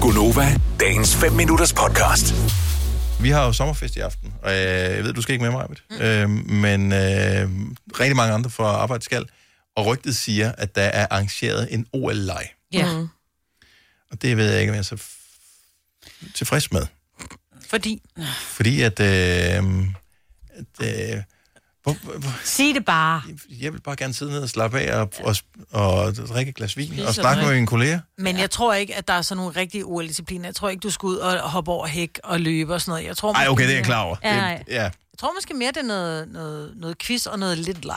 Gunova, dagens 5 minutters podcast. Vi har jo sommerfest i aften, og øh, jeg ved, du skal ikke med mig, mm. øh, men øh, rigtig mange andre fra arbejde skal, og rygtet siger, at der er arrangeret en OL-leg, Ja, mm. og det ved jeg ikke, om jeg er så f- tilfreds med, fordi... fordi at, øh, at øh, hvor, hvor, hvor, Sig det bare. jeg vil bare gerne sidde ned og slappe af og, og, og drikke et glas vin og Spise snakke med noget. Mm. mine kolleger. Men jeg tror ikke, at der er sådan nogle rigtige OL-discipliner. Jeg tror ikke, du skal ud og hoppe over hæk og løbe og sådan noget. Jeg tror, Nej, måske- okay, det er jeg klar over. Ja, Det, ja. Jeg tror måske mere, det er noget, noget, noget quiz og noget lidt leg.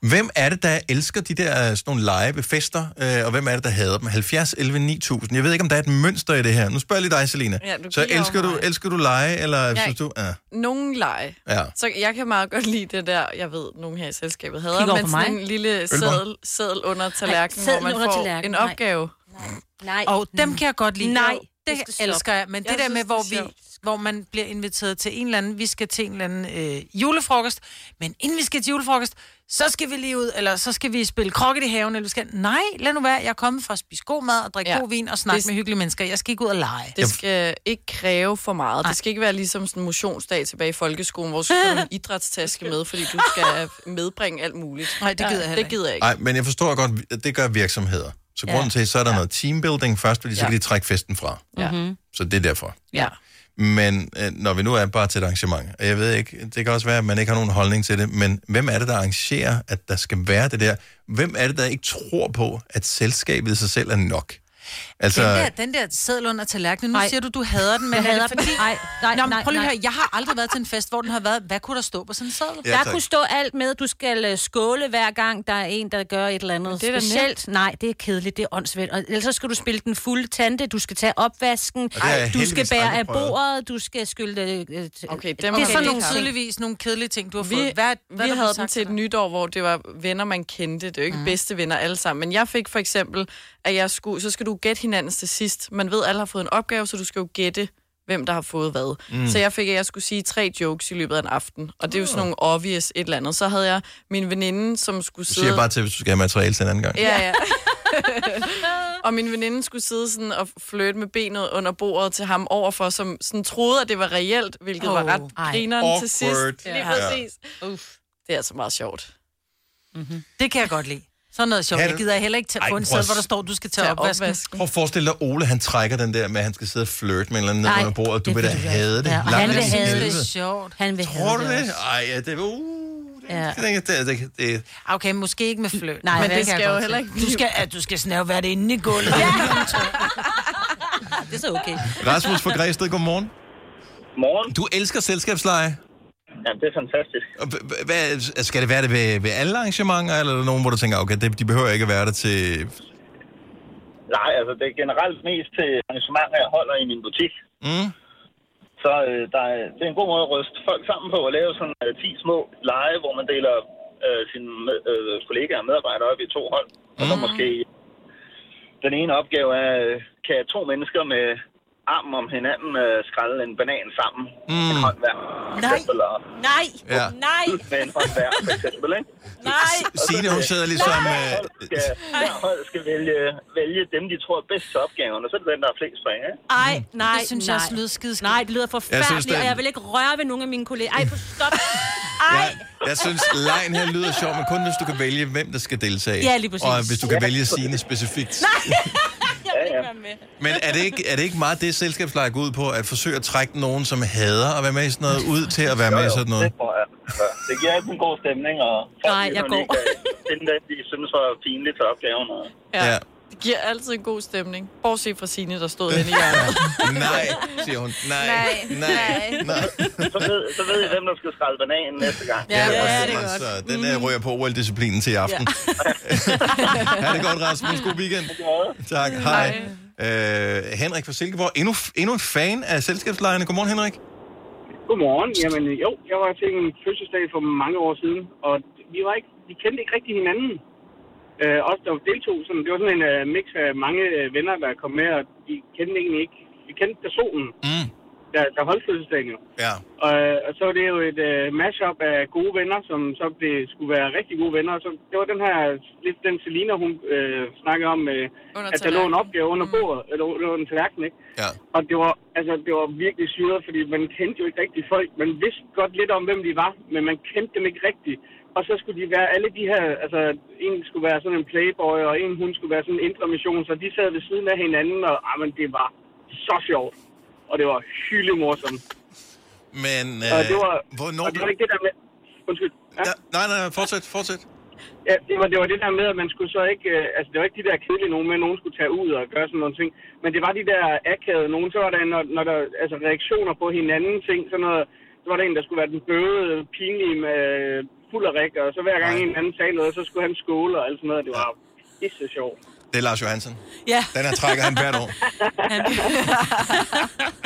Hvem er det, der elsker de der øh, sådan nogle lege ved fester, øh, og hvem er det, der hader dem? 70, 11, 9000. Jeg ved ikke, om der er et mønster i det her. Nu spørger jeg lige dig, Selina. Ja, du så kigger elsker over du, mig. elsker du lege, eller ja. Jeg- synes du... Ja, Nogen lege. ja. Så jeg kan meget godt lide det der, jeg ved, nogen her i selskabet havde, Kig men over sådan på mig. en lille seddel, seddel under tallerkenen, seddel hvor man under får tallerkenen, en nej. opgave. Nej. Og dem kan jeg godt lide. Nej, det det skal stoppe. elsker jeg. Men det Jeg der synes, med, det er hvor, vi, hvor man bliver inviteret til en eller anden... Vi skal til en eller anden øh, julefrokost. Men inden vi skal til julefrokost, så skal vi lige ud, eller så skal vi spille krokket i haven, eller vi skal... Nej, lad nu være. Jeg er kommet for at spise god mad og drikke ja. Ja. god vin og snakke Det- med hyggelige mennesker. Jeg skal ikke ud og lege. Det skal ikke kræve for meget. Det skal ikke være ligesom sådan en motionsdag tilbage i folkeskolen, hvor du skal have en idrætstaske med, fordi du skal medbringe alt muligt. Nej, det gider jeg heller Det gider jeg ikke. Ej, men jeg forstår godt, at det gør virksomheder. Så grunden til, så er der noget teambuilding først, fordi så Ja. kan de trække festen fra. Ja. Så det er derfor. Ja. Men øh, når vi nu er bare til et arrangement, og jeg ved ikke, det kan også være, at man ikke har nogen holdning til det, men hvem er det, der arrangerer, at der skal være det der? Hvem er det, der ikke tror på, at selskabet i sig selv er nok? Altså, Den der, den der sædel under tallerkenen, nu Ej. Ej. siger du, du hader den, men Jeg er hader det fordi... den. Ej, nej, Nå, men nej, prøv lige at nej. høre, jeg har aldrig været til en fest, hvor den har været, hvad kunne der stå på sådan en sædel? Ja, Der tak. kunne stå alt med, du skal øh, skåle hver gang, der er en, der gør et eller andet det er da det specielt. Nej, det er kedeligt, det er åndssvendt. Og ellers så skal du spille den fulde tante, du skal tage opvasken, har jeg du skal heldigvis bære aldrig af prøvet. bordet, du skal skylde... Øh, øh, t- Okay, dem det er har Det vi er sådan ikke nogle haft. tydeligvis nogle kedelige ting, du har fået. Vi, hvad, vi hvad der havde blevet den sagt til et dig? nytår, hvor det var venner, man kendte. Det er jo ikke mm. bedste venner alle sammen. Men jeg fik for eksempel, at jeg skulle, så skal du gætte hinandens til sidst. Man ved, at alle har fået en opgave, så du skal jo gætte, hvem der har fået hvad. Mm. Så jeg fik, at jeg skulle sige tre jokes i løbet af en aften. Og det er jo Oh. sådan nogle obvious et eller andet. Så havde jeg min veninde, som skulle Du sidde... siger bare til, hvis du skal have materiale til en anden Øh. gang. Ja, ja. og min veninde skulle sidde sådan og flirte med benet under bordet til ham overfor, som sådan troede, at det var reelt, hvilket oh, Åh, var ret ej. grineren til Awkward. sidst. Lige Ja. præcis. Det er altså meget sjovt. Det kan jeg godt lide. Sådan noget sjovt. Kan du- Jeg gider heller ikke tage Ej, på en prøv sædel, at- hvor der står, du skal tage Til opvasken. opvask. Prøv at forestille dig, Ole, han trækker den der med, at han skal sidde og flirte med en eller anden ned Nej, under bordet. Du det vil da vil du have det. Ja, og Langt han ned vil i Jeg have synes, helvede. det er sjovt. Han vil Tror have du det det? også. Ej, ja, det er... Uh, det, Ja. det, det, det, det, det, Okay, måske ikke med fløt. Nej, men det kan skal jeg jo godt heller se. ikke Du blive- skal, ja, du skal snæve være det inde i gulvet. Ja. Det er så okay. Rasmus fra Græsted, godmorgen. Morgen. Du elsker selskabsleje. Ja, det er fantastisk. Og h- h- Hvad, skal det være det ved, ved alle arrangementer, eller er der nogen, hvor du tænker, okay, det, de behøver ikke at være der til... Nej, altså det er generelt mest til arrangementer, jeg holder i min butik. Mm? Så øh, der er, det er en god måde at ryste folk sammen på og lave sådan øh, 10 små lege, hvor man deler øh, sine med, øh, kollegaer og medarbejdere op i to hold. Og Mm. så måske den ene opgave er, øh, kan to mennesker med armen om hinanden øh, skrælle en banan sammen. Mm. En hånd hver. for Nej. eksempel, og Nej, Ja. nej, Med en hånd hver, for eksempel, ikke? nej. Signe, hun sidder ligesom... Øh, Hold skal, hver hold skal vælge, vælge dem, de tror er bedst til opgaven, og så er det den, der er flest point, ikke? Ej, nej, Det synes nej. jeg også lyder skide Nej, det lyder forfærdeligt, Jeg synes, det er- og jeg vil ikke røre ved nogen af mine kolleger. Ej, stop. Ej. jeg, jeg synes, lejen her lyder sjov, men kun hvis du kan vælge, hvem der skal deltage. Ja, lige præcis. Og hvis du kan vælge Signe specifikt. Jeg vil ikke være med. Men er det ikke, er det ikke meget det, selskabsleje går ud på, at forsøge at trække nogen, som hader at være med i sådan noget, ud til at være med i sådan noget? Det, tror jeg. Ja, det giver altid en god stemning, og folk Nej, jeg ligesom går. ikke, øh, finde det, de synes var pinligt til opgaven. Og... Ja. Ja. ja. Det giver altid en god stemning. Bortset fra Signe, der stod henne i hjørnet. Nej, siger hun. Nej, nej, nej. nej. Så, ved, så ved I, hvem der skal skralde bananen næste gang. Ja, Ja, det ja, er det Så den der ryger på OL-disciplinen til i aften. Ja. ha' det godt, Rasmus. God weekend. Tak, hej. Øh, Henrik fra Silkeborg. Endnu, endnu en fan af selskabslejrene. Godmorgen, Henrik. Godmorgen. Jamen øh, jo, jeg var til en fødselsdag for mange år siden, og vi var ikke, vi kendte ikke rigtig hinanden. Øh, os, der deltog, sådan, det var sådan øh, en uh, mix af mange øh, venner, der kom med, og vi kendte egentlig ikke, vi kendte personen. Mm. der, der holdt fødselsdagen jo. Ja. Og, øh, og så var det jo et uh, mashup af gode venner, som så blev, skulle være rigtig gode venner. Og så, det var den her, lidt den Selina, hun øh, snakkede om, øh, Under at der lå en tallerkenen. Mm. opgave under bordet, eller under en tallerken, ikke? Ja. Og det var, altså, det var virkelig syret, fordi man kendte jo ikke rigtig folk. Man vidste godt lidt om, hvem de var, men man kendte dem ikke rigtigt. Og så skulle de være alle de her, altså en skulle være sådan en playboy, og en hun skulle være sådan en indre mission, så de sad ved siden af hinanden, og ah, men det var så sjovt. Og det var hyldemorsomt. Men Og øh, det var, hvornår... og det var ikke det der med... Undskyld. Ja? Ja, nej, nej, nej, fortsæt, fortsæt. Ja, det var, det var det der med, at man skulle så ikke... øh, altså, det var ikke de der kedelige nogen med, at nogen skulle tage ud og gøre sådan nogle ting. Men det var de der akavede nogen. Så var der, når, når der altså, reaktioner på hinanden ting, sådan noget... Så var der en, der skulle være den bøde, pinlige med øh, fuld af rik, og så hver gang Nej. en anden sagde noget, så skulle han skåle og alt sådan noget. Det var pisse sjovt. Det er Lars Johansen. Ja. Den her trækker han hvert år.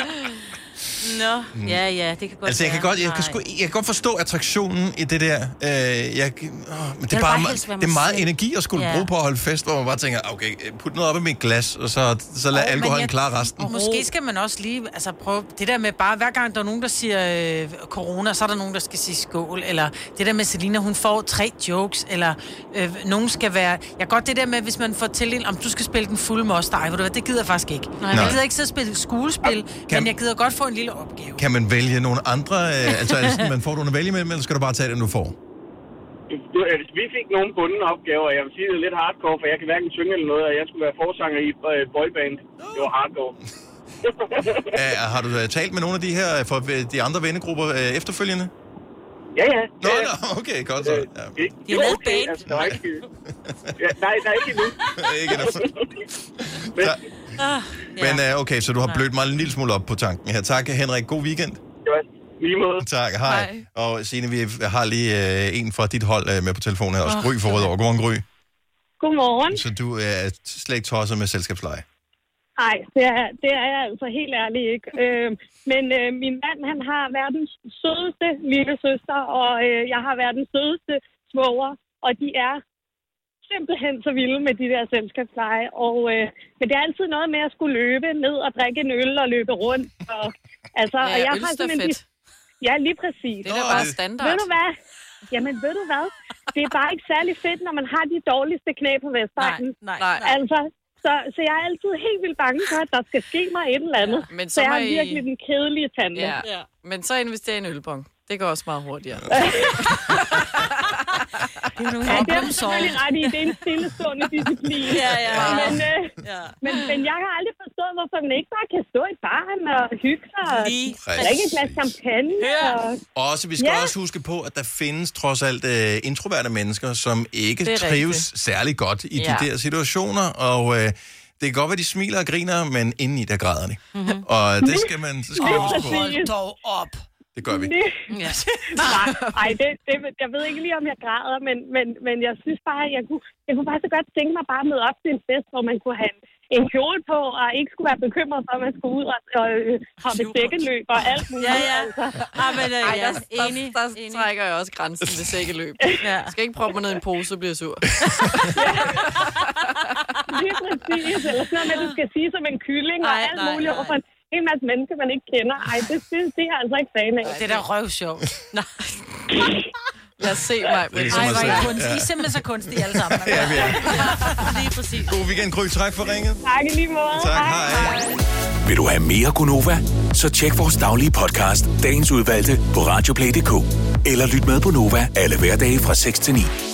Nå. Ja, ja, det kan godt Mm. Altså, jeg kan være. godt, jeg kan, Nej. sgu, jeg kan godt forstå attraktionen i det der. Øh, jeg, åh, men det er, vil bare, bare me- helst være det er mig meget selv. energi at skulle ja. Ja. bruge på at holde fest, hvor man bare tænker, okay, put noget op i mit glas, og så, så lad Åh, oh, men alkoholen jeg- klare resten. Og måske skal man også lige altså, prøve det der med bare, hver gang der er nogen, der siger øh, corona, så er der nogen, der skal sige skål, eller det der med Selina, hun får tre jokes, eller øh, nogen skal være... Jeg kan godt det der med, hvis man får tildelt, om du skal spille den fulde moster, ej, ved du hvad, det gider jeg faktisk ikke. Nej. Nej. Jeg gider ikke sidde og spille skuespil, Kan- men jeg gider godt få en lille opgave. Kan man vælge nogle andre? Øh, altså, er det sådan, man får nogle at vælge imellem, eller skal du bare tage det, du får? Det, øh, vi fik nogle bundne opgaver. Jeg vil sige, det er lidt hardcore, for jeg kan hverken synge eller noget, og jeg skulle være forsanger i et øh, boyband. Det var hardcore. Øh, har du øh, talt med nogle af de her, øh, fra øh, de andre vennegrupper øh, efterfølgende? ja, ja. Nå, Ja, ja. nå, okay, godt så. Ja. Det, er med i banen. Altså, der var Øh, ikke... Ja, nej, der er ikke endnu. Ikke endnu. Men, Tak. Men øh, okay, så du har blødt mig en lille smule op på tanken her. Tak, Henrik. God weekend. det var lige måde. Tak, hej. hej. Hej. Og Signe, vi har lige øh, en fra dit hold øh, med på telefonen her, også Gry for Rødovre. Godmorgen, Gry. Godmorgen. Så du er øh, slet ikke tosset med selskabsleje. Nej, det er, det er jeg altså helt ærligt ikke. Øh, men øh, min mand, han har verdens sødeste lille søster, og øh, jeg har verdens sødeste svoger, og de er simpelthen så vilde med de der selskabsleje. Og, øh, men det er altid noget med at skulle løbe ned og drikke en øl og løbe rundt. Og, altså, Ja, og jeg har sådan en... ølstafet. Ja, lige præcis. Det er da Nå, bare det- standard. Ved du hvad? Jamen, ved du hvad? Det er bare ikke særlig fedt, når man har de dårligste knæ på Vestegnen. Nej, nej. Altså, så, så jeg er altid helt vildt bange for, at der skal ske mig et eller andet. Ja, men så, så jeg må er I- virkelig den kedelige tante. Ja. ja. Men så investerer i en ølbong. Det går også meget hurtigere. Det er nogle Ja, det er problem du solved. selvfølgelig ret i. Det er en stillestående disciplin. Ja, ja. Men, øh, Ja. men, men jeg har aldrig forstået, hvorfor man ikke bare kan stå i baren og hygge sig og Lige. drikke et glas champagne. Ja. Og, Og også, vi skal ja. Ja. også huske på, at der findes trods alt øh, introverte mennesker, som ikke Det er trives rigtigt. særlig godt i ja. Ja. de der situationer, og øh, det kan godt være, de smiler og griner, men indeni der græder de. Mhm. Mm-hmm. Og det skal man, det skal man huske på. præcis. Hold dog op. Det gør vi. Ja. Nej, det, det, jeg ved ikke lige, om jeg græder, men, men, men jeg synes bare, at jeg kunne, jeg kunne bare så godt tænke mig bare at møde op til en fest, hvor man kunne have en, en kjole på, og ikke skulle være bekymret for, at man skulle ud og, og øh, hoppe dækkeløb og alt muligt. Altså, Ja, ja. Altså. Ah, men, øh, Ej, ja. der, Enig. der, der enig. trækker jeg også grænsen ved sækkeløb. Ja. Jeg skal ikke proppe mig ned i en pose, så bliver jeg sur. Lige præcis, eller sådan noget med, at du skal sige som en kylling og Ej, alt nej, muligt nej. overfor en hel masse mennesker, man ikke kender. Ej, det, det, det er jeg altså ikke fan af. Det er da røvsjovt. Lad os se mig. Det er ligesom Ej, at hvor er I sige, kunstige. I er simpelthen så kunstige alle sammen. Ja, vi er. Lige præcis. God weekend, Gry. Tak for ringet. Tak i lige måde. Tak, hej. Vil du have mere Gunova? Så tjek vores daglige podcast, dagens udvalgte, på radioplay.dk. Eller lyt med på Nova alle hverdage fra 6 til 9.